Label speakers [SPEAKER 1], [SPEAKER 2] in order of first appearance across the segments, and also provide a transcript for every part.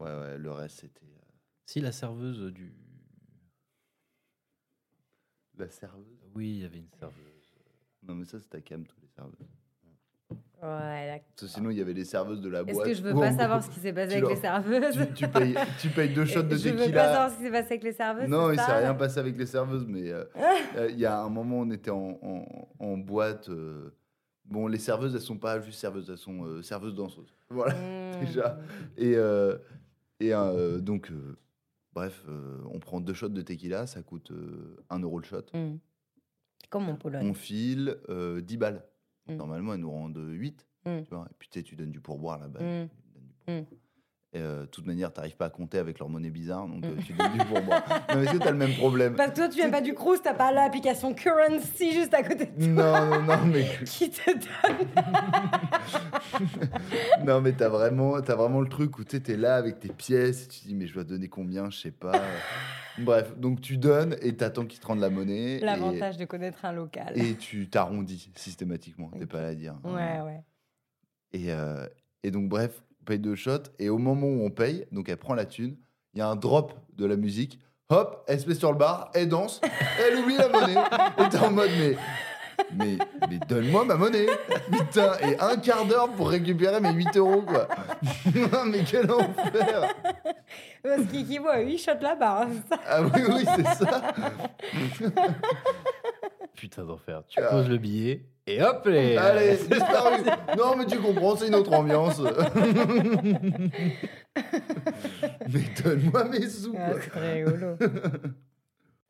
[SPEAKER 1] Ouais, ouais, le reste, c'était. euh,
[SPEAKER 2] Si la serveuse du.
[SPEAKER 1] La serveuse
[SPEAKER 2] Oui, il y avait une serveuse.
[SPEAKER 1] Non, mais ça, c'était à Cam, tous les serveuses.
[SPEAKER 3] Ouais, là.
[SPEAKER 1] Parce que sinon, il y avait les serveuses de la
[SPEAKER 3] Est-ce
[SPEAKER 1] boîte.
[SPEAKER 3] que je veux
[SPEAKER 1] où, en
[SPEAKER 3] pas
[SPEAKER 1] gros,
[SPEAKER 3] savoir ce qui s'est passé
[SPEAKER 1] tu
[SPEAKER 3] avec les serveuses
[SPEAKER 1] tu, tu payes, tu payes deux shots de
[SPEAKER 3] Je
[SPEAKER 1] tequila.
[SPEAKER 3] veux pas savoir ce qui s'est passé avec les serveuses.
[SPEAKER 1] Non,
[SPEAKER 3] c'est
[SPEAKER 1] il s'est
[SPEAKER 3] ça
[SPEAKER 1] rien passé avec les serveuses, mais euh, euh, il y a un moment, on était en, en- en boîte. euh, bon, les serveuses, elles sont pas juste serveuses, elles sont euh, serveuses danseuses. Voilà.
[SPEAKER 3] Mmh.
[SPEAKER 1] déjà. Et, euh, et euh, donc, euh, bref, euh, on prend deux shots de tequila, ça coûte euh, un euro le shot.
[SPEAKER 3] Mmh. Comme en Pologne.
[SPEAKER 1] On file euh, 10 balles.
[SPEAKER 3] Mm.
[SPEAKER 1] Normalement, elles nous rendent 8.
[SPEAKER 3] Mm.
[SPEAKER 1] Tu vois, et puis tu sais, tu donnes du pourboire là-bas.
[SPEAKER 3] Mm.
[SPEAKER 1] tu donnes du
[SPEAKER 3] Mm.
[SPEAKER 1] pourboire. Et, euh, de toute manière, tu n'arrives pas à compter avec leur monnaie bizarre, donc
[SPEAKER 3] Mm.
[SPEAKER 1] euh, tu donnes du pourboire. non, mais est-ce que tu as le même problème
[SPEAKER 3] Parce que toi, tu viens pas du Crous, t'as pas l'application Currency juste à côté de
[SPEAKER 1] Non, non, non, mais.
[SPEAKER 3] qui te donne.
[SPEAKER 1] Non, mais t'as vraiment, t'as vraiment le truc où tu sais, t'es là avec tes pièces, et tu te dis, mais je dois donner combien, je sais pas. Bref, donc tu donnes et t'attends qu'ils te rendent la monnaie. et-
[SPEAKER 3] L'avantage de connaître un local.
[SPEAKER 1] Et tu t'arrondis systématiquement, t'es
[SPEAKER 3] Ok.
[SPEAKER 1] pas là à dire. hein.
[SPEAKER 3] Ouais, ouais.
[SPEAKER 1] Et, euh, et donc, bref, on paye deux shots, et au moment où on paye, donc elle prend la thune, il y a un drop de la musique, hop, elle se met sur le bar, elle danse, elle oublie la monnaie, et t'es en mode, mais. Mais, mais donne-moi ma monnaie Putain, et un quart d'heure pour récupérer mes 8 euros, quoi Mais quel enfer
[SPEAKER 3] Parce qu'il qui voit 8 shots là-bas. hein, ça.
[SPEAKER 1] Ah oui, oui, c'est ça
[SPEAKER 2] Putain d'enfer. Tu
[SPEAKER 1] Ah.
[SPEAKER 2] poses le billet et euh, hop les.
[SPEAKER 1] Allez, disparu Non, mais tu comprends, c'est une autre ambiance. mais donne-moi mes sous,
[SPEAKER 3] Ah,
[SPEAKER 1] quoi.
[SPEAKER 3] c'est très rigolo.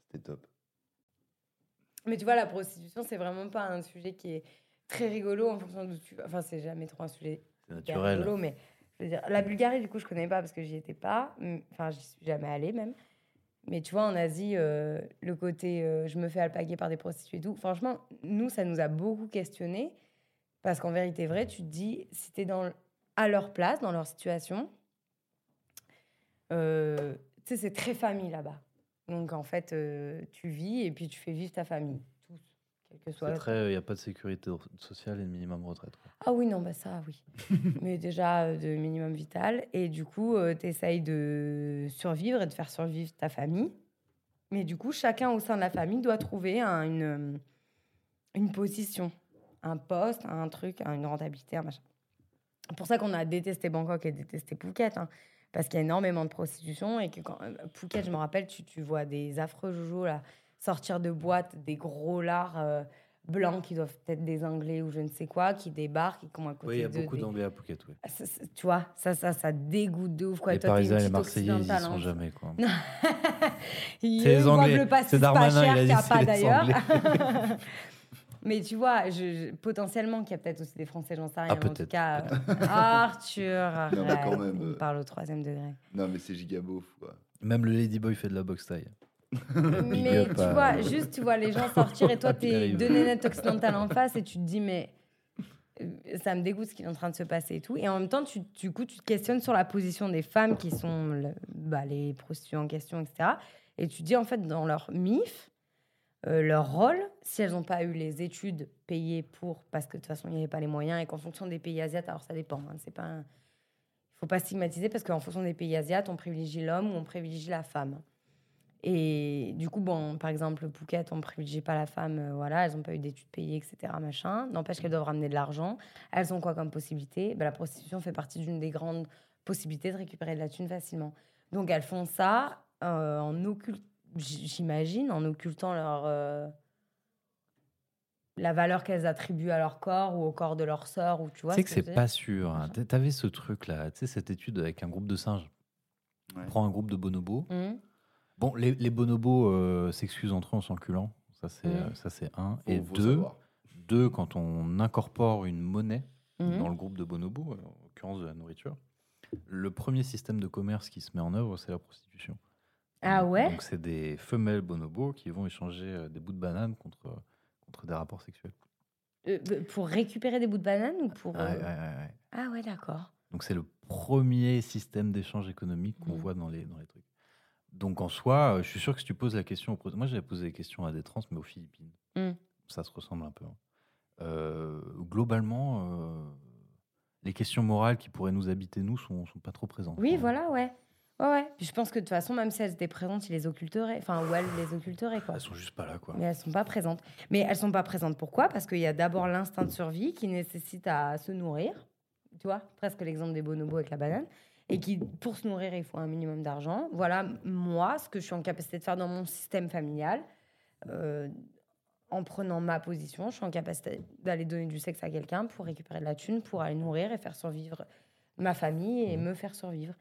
[SPEAKER 1] C'était top.
[SPEAKER 3] Mais tu vois, la prostitution, c'est vraiment pas un sujet qui est très rigolo en fonction d'où tu vas. Enfin, c'est jamais trop un sujet
[SPEAKER 2] C'est
[SPEAKER 3] hyper
[SPEAKER 2] naturel.
[SPEAKER 3] rigolo, mais je veux dire, la Bulgarie, du coup, je connais pas parce que j'y étais pas. Hum, Enfin, j'y suis jamais allée même. Mais tu vois, en Asie, euh, le côté euh, je me fais alpaguer par des prostituées et tout, franchement, nous, ça nous a beaucoup questionnés. Parce qu'en vérité vraie, tu te dis, si t'es dans, le- à leur place, dans leur situation, euh, tu sais, c'est très famille là-bas. Donc en fait, euh, tu vis et puis tu fais vivre ta famille, tous, quel que soit.
[SPEAKER 2] C'est
[SPEAKER 3] le-
[SPEAKER 2] très. Il n'y a pas de sécurité sociale et de minimum retraite. quoi.
[SPEAKER 3] Ah oui, non, bah ça, oui. Mais déjà, euh, de minimum vital. Et du coup, tu essayes de survivre et de faire survivre ta famille. Mais du coup, chacun au sein de la famille doit trouver un- une, euh, une position, un poste, un truc, un- une rentabilité, un machin. C'est pour ça qu'on a détesté Bangkok et détesté Phuket. hein, parce qu'il y a énormément de prostitution. Et que quand, euh, Phuket, je me rappelle, tu, tu vois des affreux joujos là, sortir de boîte, des gros lards. euh, blancs qui doivent être des anglais ou je ne sais quoi qui débarquent et qui ont un côté
[SPEAKER 2] Oui, il y a
[SPEAKER 3] de-
[SPEAKER 2] beaucoup
[SPEAKER 3] des-
[SPEAKER 2] d'anglais à Phuket. Oui.
[SPEAKER 3] ah, ça- ça- tu vois, ça, ça, ça dégoûte de ouf. Quoi.
[SPEAKER 2] les
[SPEAKER 3] Toi, t'es une
[SPEAKER 2] Parisiens et les
[SPEAKER 3] petite
[SPEAKER 2] Marseillais, ils y
[SPEAKER 3] occidentale,
[SPEAKER 2] sont
[SPEAKER 3] hein.
[SPEAKER 2] jamais. Quoi.
[SPEAKER 3] Ils,
[SPEAKER 2] C'est les
[SPEAKER 3] ils boivent
[SPEAKER 2] Anglais.
[SPEAKER 3] le pastis
[SPEAKER 2] C'est
[SPEAKER 3] pas
[SPEAKER 2] Darmanin,
[SPEAKER 3] cher
[SPEAKER 2] il a
[SPEAKER 3] qu'il
[SPEAKER 2] dit
[SPEAKER 3] n'y a
[SPEAKER 2] c'est
[SPEAKER 3] pas
[SPEAKER 2] les
[SPEAKER 3] d'ailleurs.
[SPEAKER 2] Anglais.
[SPEAKER 3] Mais tu vois, je, je- potentiellement qu'il y a peut-être aussi des Français, j'en sais rien. mais en
[SPEAKER 2] Ah,
[SPEAKER 3] tout
[SPEAKER 2] peut-être,
[SPEAKER 3] cas, euh, Arthur,
[SPEAKER 1] Non, mais quand
[SPEAKER 3] arrête,
[SPEAKER 1] même,
[SPEAKER 3] il me
[SPEAKER 1] euh.
[SPEAKER 3] parle au troisième degré.
[SPEAKER 1] Non, mais c'est giga euh, beauf, quoi.
[SPEAKER 2] Même le Ladyboy fait de la boxe taille.
[SPEAKER 3] Mais tu
[SPEAKER 2] up à-
[SPEAKER 3] vois, juste tu vois les gens sortir et toi,
[SPEAKER 2] Il
[SPEAKER 3] t'es
[SPEAKER 2] arrive.
[SPEAKER 3] deux nénettes occidentales en face et tu te dis, mais euh, ça me dégoûte ce qui est en train de se passer et tout. Et en même temps, tu, du coup, tu te questionnes sur la position des femmes qui sont le- bah, les prostituées en question, etc. Et tu te dis, en fait, dans leur MIF, euh, leur rôle, si elles n'ont pas eu les études payées pour, parce que de toute façon, il n'y avait pas les moyens, et qu'en fonction des pays asiatiques, alors ça dépend, hein, c'est pas un- faut pas stigmatiser parce qu'en fonction des pays asiatiques, on privilégie l'homme ou on privilégie la femme. Et du coup, bon, par exemple, Phuket, on ne privilégie pas la femme, euh, voilà, elles n'ont pas eu d'études payées, etc. Machin. N'empêche qu'elles doivent ramener de l'argent. Elles ont quoi comme possibilité Ben, La prostitution fait partie d'une des grandes possibilités de récupérer de la thune facilement. Donc elles font ça euh, en occult, j- j'imagine, en occultant leur euh, la valeur qu'elles attribuent à leur corps ou au corps de leur sœur ou tu vois.
[SPEAKER 2] Tu sais que
[SPEAKER 3] ce je
[SPEAKER 2] c'est
[SPEAKER 3] veux dire
[SPEAKER 2] pas sûr. hein. T'a- T'avais ce truc-là, tu sais, cette étude avec un groupe de singes.
[SPEAKER 1] Ouais.
[SPEAKER 2] On prend un groupe de bonobos.
[SPEAKER 3] Mhm.
[SPEAKER 2] Bon, les, les bonobos euh, s'excusent entre eux en s'enculant. Ça, c'est
[SPEAKER 3] Mhm.
[SPEAKER 2] euh, ça, c'est un.
[SPEAKER 1] Faut-
[SPEAKER 2] Et
[SPEAKER 1] faut
[SPEAKER 2] deux,
[SPEAKER 1] savoir.
[SPEAKER 2] deux, quand on incorpore une monnaie
[SPEAKER 3] Mhm.
[SPEAKER 2] dans le groupe de bonobos, euh, en l'occurrence de la nourriture, le premier système de commerce qui se met en œuvre, c'est la prostitution.
[SPEAKER 3] Ah
[SPEAKER 2] Donc-
[SPEAKER 3] ouais
[SPEAKER 2] Donc, c'est des femelles bonobos qui vont échanger euh, des bouts de banane contre, contre des rapports sexuels.
[SPEAKER 3] Euh, b- Pour récupérer des bouts de banane ou pour.
[SPEAKER 2] Ouais,
[SPEAKER 3] euh,
[SPEAKER 2] ouais, ouais, ouais.
[SPEAKER 3] Ah ouais, d'accord.
[SPEAKER 2] Donc c'est le premier système d'échange économique qu'on
[SPEAKER 3] Mhm.
[SPEAKER 2] voit dans les, dans les trucs. Donc en soi, euh, je suis sûr que si tu poses la question, aux pros- moi j'avais posé des questions à des trans, mais aux Philippines,
[SPEAKER 3] Mhm.
[SPEAKER 2] ça se ressemble un peu. hein. Euh, globalement, euh, les questions morales qui pourraient nous habiter, nous, sont, sont pas trop présentes.
[SPEAKER 3] Oui,
[SPEAKER 2] Ouais.
[SPEAKER 3] voilà, ouais. Ouais, ouais. Puis je pense que de toute façon, même si elles étaient présentes, ils les occulteraient. Enfin, ou elles les occulteraient,
[SPEAKER 2] Bah,
[SPEAKER 3] quoi.
[SPEAKER 2] Elles sont juste pas là, quoi.
[SPEAKER 3] Mais elles sont pas présentes. Mais elles sont pas présentes pourquoi Parce qu'il y a d'abord l'instinct de survie qui nécessite à se nourrir. Tu vois, presque l'exemple des bonobos avec la banane. Et qui, pour se nourrir, il faut un minimum d'argent. Voilà, moi, ce que je suis en capacité de faire dans mon système familial. Euh, en prenant ma position, je suis en capacité d'aller donner du sexe à quelqu'un pour récupérer de la thune, pour aller nourrir et faire survivre ma famille et me faire survivre.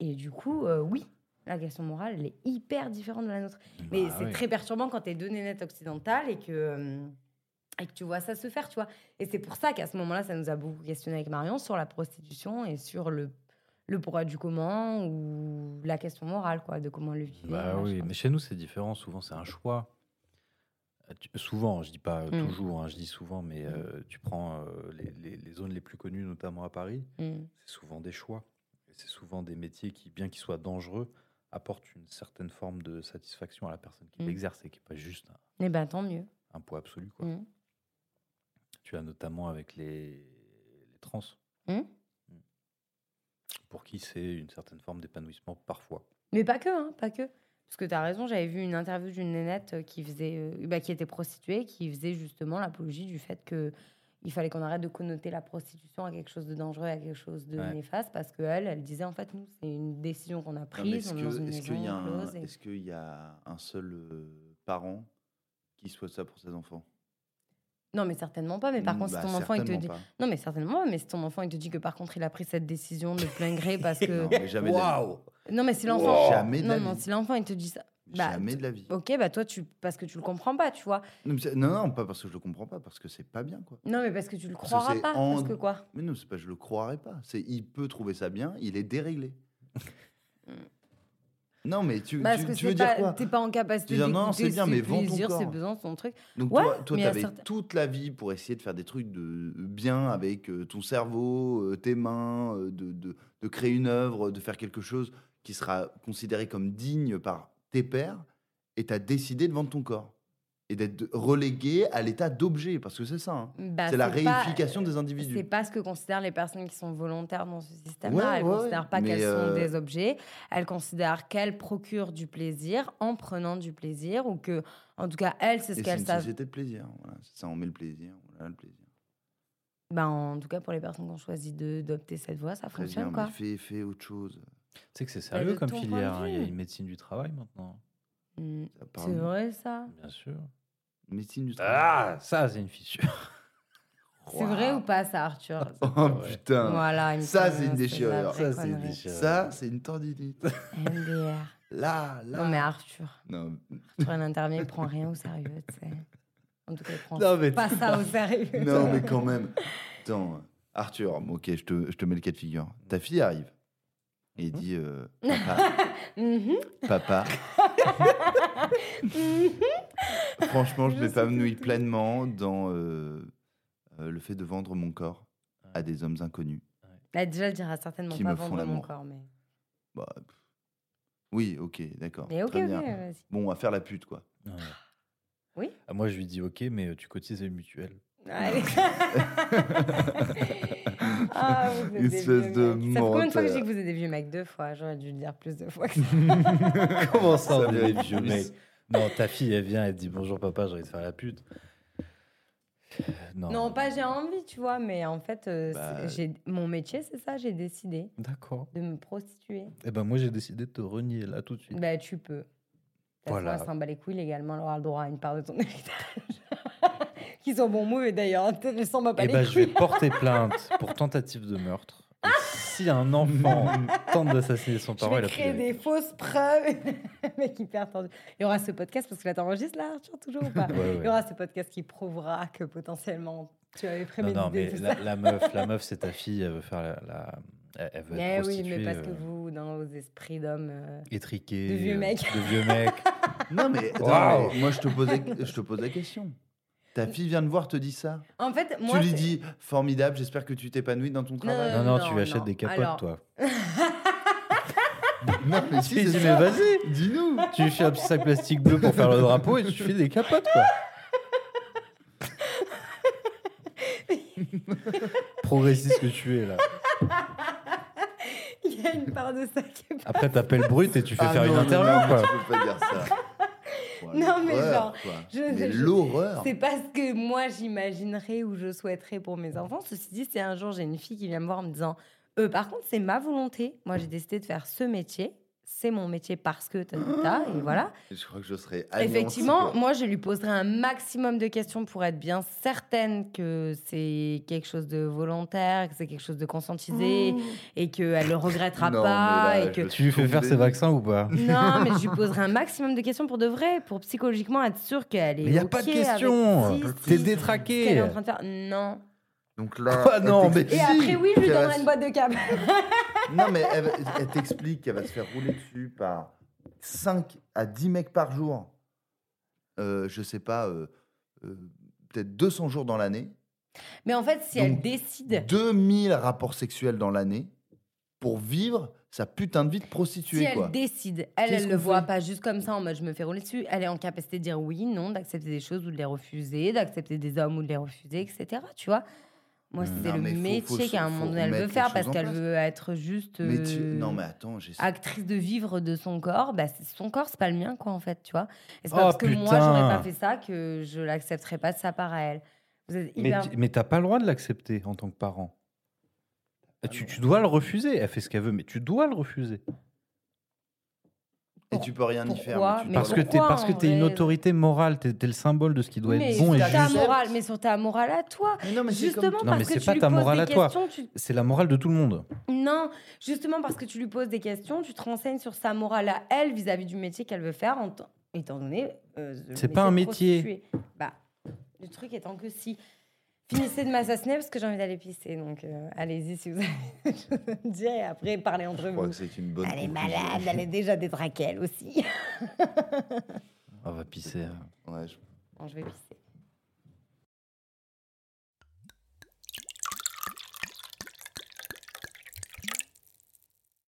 [SPEAKER 3] Et du coup, euh, oui, la question morale, elle est hyper différente de la nôtre. Mais
[SPEAKER 2] Bah
[SPEAKER 3] c'est
[SPEAKER 2] ouais.
[SPEAKER 3] très perturbant quand tu es deux nénettes occidentales et que, euh, et que tu vois ça se faire, tu vois. Et c'est pour ça qu'à ce moment-là, ça nous a beaucoup questionné avec Marion sur la prostitution et sur le, le pourquoi du comment ou la question morale, quoi, de comment le vivre.
[SPEAKER 2] Bah
[SPEAKER 3] machin.
[SPEAKER 2] oui, mais chez nous, c'est différent. Souvent, c'est un choix. Euh, tu- Souvent, je dis pas euh,
[SPEAKER 3] Mm.
[SPEAKER 2] toujours, hein, je dis souvent, mais
[SPEAKER 3] Mmh.
[SPEAKER 2] euh, tu prends euh, les, les- les zones les plus connues, notamment à Paris,
[SPEAKER 3] Mm.
[SPEAKER 2] c'est souvent des choix. Et C'est souvent des métiers qui, bien qu'ils soient dangereux, apportent une certaine forme de satisfaction à la personne qui
[SPEAKER 3] Mm.
[SPEAKER 2] l'exerce et qui n'est pas juste un,
[SPEAKER 3] Eh ben, tant mieux.
[SPEAKER 2] un poids absolu. Quoi.
[SPEAKER 3] Mm.
[SPEAKER 2] Tu as notamment avec les, les trans,
[SPEAKER 3] Mm.
[SPEAKER 2] pour qui c'est une certaine forme d'épanouissement parfois.
[SPEAKER 3] Mais pas que, hein, pas que. Parce que tu as raison, j'avais vu une interview d'une nénette euh, qui, faisait, euh, bah, qui était prostituée, qui faisait justement l'apologie du fait que il fallait qu'on arrête de connoter la prostitution à quelque chose de dangereux, à quelque chose de
[SPEAKER 2] Ouais.
[SPEAKER 3] néfaste, parce qu'elle, elle disait en fait, nous, c'est une décision qu'on
[SPEAKER 1] Non,
[SPEAKER 3] a
[SPEAKER 1] mais
[SPEAKER 3] prise,
[SPEAKER 1] Est-ce
[SPEAKER 3] on est dans
[SPEAKER 1] que-
[SPEAKER 3] une
[SPEAKER 1] est-ce qu'il y, a
[SPEAKER 3] maison
[SPEAKER 1] un-
[SPEAKER 3] close. et-
[SPEAKER 1] est-ce qu'il y a un seul euh, parent qui souhaite ça pour ses enfants
[SPEAKER 3] Non, mais certainement pas. Mais par contre,
[SPEAKER 1] Bah,
[SPEAKER 3] si ton enfant, il te
[SPEAKER 1] certainement
[SPEAKER 3] dit.
[SPEAKER 1] pas.
[SPEAKER 3] Non, mais certainement pas. Mais si ton enfant, il te dit que par contre, il a pris cette décision de plein gré parce que.
[SPEAKER 1] Non, mais jamais de la vie.
[SPEAKER 3] non, mais si l'enfant.
[SPEAKER 1] Wow. Jamais de la
[SPEAKER 3] Non, non,
[SPEAKER 1] vie.
[SPEAKER 3] si l'enfant, il te dit ça. Bah,
[SPEAKER 1] jamais de la vie.
[SPEAKER 3] Ok, bah toi, tu. Parce que tu le comprends pas, tu vois.
[SPEAKER 1] Non, mais c'est- non, non, pas parce que je le comprends pas, parce que c'est pas bien, quoi.
[SPEAKER 3] Non, mais parce que tu le
[SPEAKER 1] Parce que
[SPEAKER 3] croiras
[SPEAKER 1] c'est
[SPEAKER 3] pas.
[SPEAKER 1] en-
[SPEAKER 3] Parce que quoi
[SPEAKER 1] Mais non, c'est pas je le croirais pas. C'est il peut trouver ça bien, il est déréglé. non, mais tu,
[SPEAKER 3] Bah, Parce
[SPEAKER 1] tu-
[SPEAKER 3] que
[SPEAKER 1] tu
[SPEAKER 3] c'est
[SPEAKER 1] veux dire
[SPEAKER 3] pas-
[SPEAKER 1] quoi
[SPEAKER 3] T'es pas en capacité
[SPEAKER 1] Tu dis,
[SPEAKER 3] de
[SPEAKER 1] non, c'est bien, mais vends ton corps.
[SPEAKER 3] ses besoins, son truc.
[SPEAKER 1] Donc
[SPEAKER 3] Ouais,
[SPEAKER 1] toi, toi,
[SPEAKER 3] mais à
[SPEAKER 1] t'avais
[SPEAKER 3] certains-
[SPEAKER 1] toute la vie pour essayer de faire des trucs de bien avec euh, ton cerveau, euh, tes mains, euh, de, de- de créer une œuvre, de faire quelque chose qui sera considéré comme digne par tes pairs, et t'as décidé de vendre ton corps et d'être relégué à l'état d'objet, parce que c'est ça. hein.
[SPEAKER 3] Bah,
[SPEAKER 1] c'est la
[SPEAKER 3] pas- euh,
[SPEAKER 1] réification des
[SPEAKER 3] C'est
[SPEAKER 1] individus.
[SPEAKER 3] pas ce que considèrent les personnes qui sont volontaires dans ce système-là.
[SPEAKER 1] Ouais,
[SPEAKER 3] elles
[SPEAKER 1] ouais,
[SPEAKER 3] considèrent pas
[SPEAKER 1] mais,
[SPEAKER 3] qu'elles
[SPEAKER 1] euh,
[SPEAKER 3] sont des objets. Elles considèrent qu'elles procurent du plaisir en prenant du plaisir ou que, en tout cas, elles, c'est
[SPEAKER 1] Et
[SPEAKER 3] ce
[SPEAKER 1] C'est
[SPEAKER 3] qu'elles
[SPEAKER 1] une
[SPEAKER 3] savent.
[SPEAKER 1] société de plaisir. Voilà, c'est ça, on met le plaisir. Voilà, le plaisir.
[SPEAKER 3] Bah, en tout cas, pour les personnes qui ont choisi de- d'opter cette voie, ça
[SPEAKER 1] Très
[SPEAKER 3] fonctionne,
[SPEAKER 1] bien,
[SPEAKER 3] quoi.
[SPEAKER 1] mais fais, fais autre chose.
[SPEAKER 2] Tu sais que c'est
[SPEAKER 3] de
[SPEAKER 2] sérieux comme
[SPEAKER 3] ton point de
[SPEAKER 2] filière, hein, il y a
[SPEAKER 3] vue.
[SPEAKER 2] une médecine du travail maintenant,
[SPEAKER 3] Mm,
[SPEAKER 1] Ça parle.
[SPEAKER 3] C'est vrai, ça
[SPEAKER 2] bien sûr.
[SPEAKER 1] Médecine du travail.
[SPEAKER 2] Ah, ça, c'est une fissure.
[SPEAKER 3] C'est vrai ou pas, ça, Arthur
[SPEAKER 1] Oh putain.
[SPEAKER 3] Voilà. il me
[SPEAKER 1] Ça,
[SPEAKER 3] semble,
[SPEAKER 1] c'est une déchirure.
[SPEAKER 3] euh, la
[SPEAKER 2] Ça,
[SPEAKER 3] vraie
[SPEAKER 2] c'est une
[SPEAKER 3] connerie.
[SPEAKER 2] déchirure.
[SPEAKER 1] Ça, c'est une tendinite.
[SPEAKER 3] MDR.
[SPEAKER 1] Là, là.
[SPEAKER 3] Non, mais Arthur.
[SPEAKER 1] Non,
[SPEAKER 3] Sur un interview, il prend rien au sérieux, tu sais. En tout cas, il prend
[SPEAKER 2] Non, mais
[SPEAKER 3] pas ça au sérieux.
[SPEAKER 1] non, mais quand même. Attends, Arthur, ok, je te, je te mets le cas de figure. Ta fille arrive et dit euh,
[SPEAKER 3] Mmh.
[SPEAKER 1] Papa,
[SPEAKER 3] Mhm.
[SPEAKER 1] papa, franchement, je
[SPEAKER 3] Mmh. Je sais
[SPEAKER 1] m'épanouis
[SPEAKER 3] tout.
[SPEAKER 1] pleinement dans euh, euh, le fait de vendre mon corps
[SPEAKER 2] Ah.
[SPEAKER 1] à des hommes inconnus.
[SPEAKER 3] Là, Bah, déjà, elle dira certainement
[SPEAKER 1] Qui
[SPEAKER 3] pas
[SPEAKER 1] me font
[SPEAKER 3] vendre mon
[SPEAKER 1] l'amour.
[SPEAKER 3] corps, mais.
[SPEAKER 1] Bah, pff. oui, ok, d'accord.
[SPEAKER 3] Mais
[SPEAKER 1] Oh,
[SPEAKER 3] ok,
[SPEAKER 1] très
[SPEAKER 3] ok,
[SPEAKER 1] bien.
[SPEAKER 3] vas-y.
[SPEAKER 1] Bon, à faire la pute, quoi.
[SPEAKER 2] Ouais.
[SPEAKER 3] Oui.
[SPEAKER 2] Ah, Moi, je lui dis OK, mais euh, tu cotises à une mutuelle.
[SPEAKER 3] Allez. ah, vous êtes des
[SPEAKER 1] Espèce
[SPEAKER 3] vieux
[SPEAKER 1] de
[SPEAKER 3] mecs. Ça fait combien de fois que je dis
[SPEAKER 1] menteur.
[SPEAKER 3] que vous êtes des vieux mecs Deux fois. J'aurais dû le dire plus de fois que ça.
[SPEAKER 2] Comment ça,
[SPEAKER 1] Ça
[SPEAKER 2] on
[SPEAKER 1] va
[SPEAKER 2] est
[SPEAKER 1] être
[SPEAKER 2] vieux
[SPEAKER 1] plus.
[SPEAKER 2] mec Non, ta fille, elle vient, elle te dit bonjour papa, j'ai envie de faire la pute. Euh, Non.
[SPEAKER 3] Non, pas j'ai envie, tu vois, mais en fait, euh, c'est-
[SPEAKER 1] Bah.
[SPEAKER 3] j'ai- mon métier, c'est ça. J'ai décidé
[SPEAKER 2] D'accord.
[SPEAKER 3] de me prostituer.
[SPEAKER 2] Eh ben, moi, j'ai décidé de te renier là tout de suite.
[SPEAKER 3] Bah, tu peux.
[SPEAKER 2] Voilà.
[SPEAKER 3] Voilà. Ça s'en bat les couilles légalement, elle aura le droit à une part de ton héritage. Qui sont bons mots, et d'ailleurs, hein. elle s'en bat pas
[SPEAKER 2] Eh
[SPEAKER 3] Bah, les
[SPEAKER 2] ben, je vais
[SPEAKER 3] couilles.
[SPEAKER 2] porter plainte pour tentative de meurtre. Et si un enfant tente d'assassiner son
[SPEAKER 3] Je
[SPEAKER 2] parent,
[SPEAKER 3] vais
[SPEAKER 2] il a
[SPEAKER 3] créer des fausses preuves. Le mec hyper tendu. Il y aura ce podcast, parce que là, t'enregistres là, Arthur, toujours ou pas Il y aura ce podcast qui prouvera que potentiellement tu avais
[SPEAKER 2] Non,
[SPEAKER 3] prémédité
[SPEAKER 2] non, mais
[SPEAKER 3] tout ça.
[SPEAKER 2] la, la meuf, la meuf, c'est ta fille, elle veut faire la, la- elle- elle veut être
[SPEAKER 3] Mais Eh oui,
[SPEAKER 2] prostituée,
[SPEAKER 3] mais parce que
[SPEAKER 2] euh,
[SPEAKER 3] vous, dans vos esprits d'hommes. euh,
[SPEAKER 2] étriquée,
[SPEAKER 3] de vieux
[SPEAKER 2] euh,
[SPEAKER 3] mecs.
[SPEAKER 2] de vieux mecs.
[SPEAKER 1] Non, mais, attends,
[SPEAKER 2] Waouh.
[SPEAKER 1] mais moi, je te, pose la, je te pose la question. Ta fille vient de voir, te dit ça.
[SPEAKER 3] En fait, Mm. moi.
[SPEAKER 1] tu lui
[SPEAKER 3] c'est-
[SPEAKER 1] dis Formidable, j'espère que tu t'épanouis dans ton travail.
[SPEAKER 2] Non, non, tu
[SPEAKER 3] non,
[SPEAKER 2] lui achètes
[SPEAKER 3] non.
[SPEAKER 2] des capotes,
[SPEAKER 3] Alors- Ah,
[SPEAKER 2] toi.
[SPEAKER 1] Non, mais si,
[SPEAKER 2] Tu lui
[SPEAKER 1] c'est
[SPEAKER 2] dis,
[SPEAKER 1] ça.
[SPEAKER 2] mais vas-y,
[SPEAKER 1] Dis-nous
[SPEAKER 2] tu lui fais un petit sac plastique bleu pour faire le drapeau et tu fais des capotes, quoi. Progressiste que tu es là.
[SPEAKER 3] Il y a une part de ça qui est pas-
[SPEAKER 2] Après, t'appelles brut et tu fais
[SPEAKER 1] Ah
[SPEAKER 2] faire
[SPEAKER 1] non,
[SPEAKER 2] une
[SPEAKER 1] non,
[SPEAKER 2] interview,
[SPEAKER 1] non,
[SPEAKER 2] quoi.
[SPEAKER 1] Tu peux pas dire ça. Oh,
[SPEAKER 3] Non, mais
[SPEAKER 1] l'horreur,
[SPEAKER 3] genre,
[SPEAKER 1] quoi.
[SPEAKER 3] je-
[SPEAKER 1] mais
[SPEAKER 3] je-
[SPEAKER 1] l'horreur.
[SPEAKER 3] C'est pas ce que moi j'imaginerais ou je souhaiterais pour mes enfants. Ceci dit, si un jour j'ai une fille qui vient me voir en me disant Euh, Par contre, c'est ma volonté. Moi, j'ai décidé de faire ce métier. C'est mon métier parce que. ta, ta, ta, et voilà.
[SPEAKER 1] Je crois que je serais anéanti,
[SPEAKER 3] Effectivement,
[SPEAKER 1] quoi.
[SPEAKER 3] moi, je lui poserai un maximum de questions pour être bien certaine que c'est quelque chose de volontaire, que c'est quelque chose de conscientisé et qu'elle le regrettera
[SPEAKER 1] Non, mais
[SPEAKER 3] pas.
[SPEAKER 1] là,
[SPEAKER 3] et
[SPEAKER 1] je
[SPEAKER 3] que...
[SPEAKER 1] suis
[SPEAKER 2] Tu lui fais faire
[SPEAKER 1] tombé.
[SPEAKER 2] ses vaccins ou pas
[SPEAKER 3] Non, mais je lui poserai un maximum de questions pour de vrai, pour psychologiquement être sûre qu'elle est.
[SPEAKER 2] Il n'y a pas de
[SPEAKER 3] OK avec-
[SPEAKER 2] question
[SPEAKER 3] Si,
[SPEAKER 2] T'es
[SPEAKER 3] si, ce qu'elle est
[SPEAKER 2] détraqué
[SPEAKER 3] en train de faire. Non.
[SPEAKER 1] Donc là.
[SPEAKER 2] Ah non,
[SPEAKER 1] elle
[SPEAKER 2] mais
[SPEAKER 1] t'explique
[SPEAKER 3] Et après, oui, je lui
[SPEAKER 1] qu'elle va
[SPEAKER 3] donnerai
[SPEAKER 1] se-
[SPEAKER 3] une boîte de câbles.
[SPEAKER 1] Non, mais elle, va- elle t'explique qu'elle va se faire rouler dessus par 5 à 10 mecs par jour. Euh, je sais pas, euh, euh, peut-être 200 jours dans l'année.
[SPEAKER 3] Mais en fait, si
[SPEAKER 1] Donc,
[SPEAKER 3] elle décide,
[SPEAKER 1] 2000 rapports sexuels dans l'année pour vivre sa putain de vie de
[SPEAKER 3] si
[SPEAKER 1] prostituée,
[SPEAKER 3] elle
[SPEAKER 1] quoi.
[SPEAKER 3] décide, elle,
[SPEAKER 1] Qu'est-ce
[SPEAKER 3] elle le
[SPEAKER 1] qu'on
[SPEAKER 3] voit
[SPEAKER 1] fait
[SPEAKER 3] pas juste comme ça en mode je me fais rouler dessus. Elle est en capacité de dire oui, non, d'accepter des choses ou de les refuser, d'accepter des hommes ou de les refuser, etc. Tu vois Moi,
[SPEAKER 2] Hmm.
[SPEAKER 3] c'est
[SPEAKER 1] Non,
[SPEAKER 3] le
[SPEAKER 1] mais faut-
[SPEAKER 3] métier
[SPEAKER 1] faut-
[SPEAKER 3] qu'à un
[SPEAKER 1] faut
[SPEAKER 3] moment donné elle
[SPEAKER 1] mettre
[SPEAKER 3] veut
[SPEAKER 1] les
[SPEAKER 3] faire
[SPEAKER 1] choses
[SPEAKER 3] parce
[SPEAKER 1] en
[SPEAKER 3] qu'elle
[SPEAKER 1] place.
[SPEAKER 3] veut être juste
[SPEAKER 1] Mais tu-
[SPEAKER 3] euh,
[SPEAKER 1] Non, mais attends, j'ai.
[SPEAKER 3] actrice de vivre de son corps. Bah, c'est- son corps, c'est pas le mien, quoi, en fait. Tu vois Et c'est pas
[SPEAKER 2] Oh,
[SPEAKER 3] parce que moi, j'aurais
[SPEAKER 2] putain.
[SPEAKER 3] pas fait ça que je l'accepterai pas de sa part à elle. Vous êtes
[SPEAKER 2] Mais,
[SPEAKER 3] hyper
[SPEAKER 2] tu- mais t'as pas le droit de l'accepter en tant que parent. Ah, Tu, tu dois le refuser. Elle fait ce qu'elle veut, mais tu dois le refuser.
[SPEAKER 1] Et tu peux rien y faire.
[SPEAKER 3] Pourquoi
[SPEAKER 1] tu
[SPEAKER 3] Mais
[SPEAKER 1] dois
[SPEAKER 2] parce
[SPEAKER 1] le-
[SPEAKER 2] que t'es,
[SPEAKER 3] pourquoi,
[SPEAKER 2] parce que
[SPEAKER 3] en
[SPEAKER 2] t'es une
[SPEAKER 3] vrai
[SPEAKER 2] autorité morale. T'es, t'es le symbole de ce qui doit
[SPEAKER 3] mais
[SPEAKER 2] être bon et
[SPEAKER 3] sur ta
[SPEAKER 2] juste.
[SPEAKER 3] morale, mais sur ta morale à toi.
[SPEAKER 1] Mais non, mais c'est comme-
[SPEAKER 3] Justement
[SPEAKER 2] Non, mais
[SPEAKER 3] parce
[SPEAKER 2] c'est
[SPEAKER 3] que tu
[SPEAKER 2] pas
[SPEAKER 3] lui
[SPEAKER 2] ta
[SPEAKER 3] poses
[SPEAKER 2] morale
[SPEAKER 3] des
[SPEAKER 2] à toi.
[SPEAKER 3] questions, tu-
[SPEAKER 2] C'est la morale de tout le monde.
[SPEAKER 3] Non, justement parce que tu lui poses des questions, tu te renseignes sur sa morale à elle vis-à-vis du métier qu'elle veut faire, en t- étant donné. euh, le
[SPEAKER 2] C'est pas un
[SPEAKER 3] de
[SPEAKER 2] métier.
[SPEAKER 3] prostituée. Bah, le truc étant que si. Finissez de m'assassiner parce que j'ai envie d'aller pisser. Donc, euh, allez-y si vous avez des choses à me dire et après parlez entre
[SPEAKER 1] Je crois
[SPEAKER 3] vous.
[SPEAKER 1] que c'est une bonne.
[SPEAKER 3] Elle est
[SPEAKER 1] conclusion.
[SPEAKER 3] malade, elle est déjà détraquée elle aussi.
[SPEAKER 2] On Ah, va pisser. hein.
[SPEAKER 1] Ouais, je-
[SPEAKER 3] Bon, je vais pisser.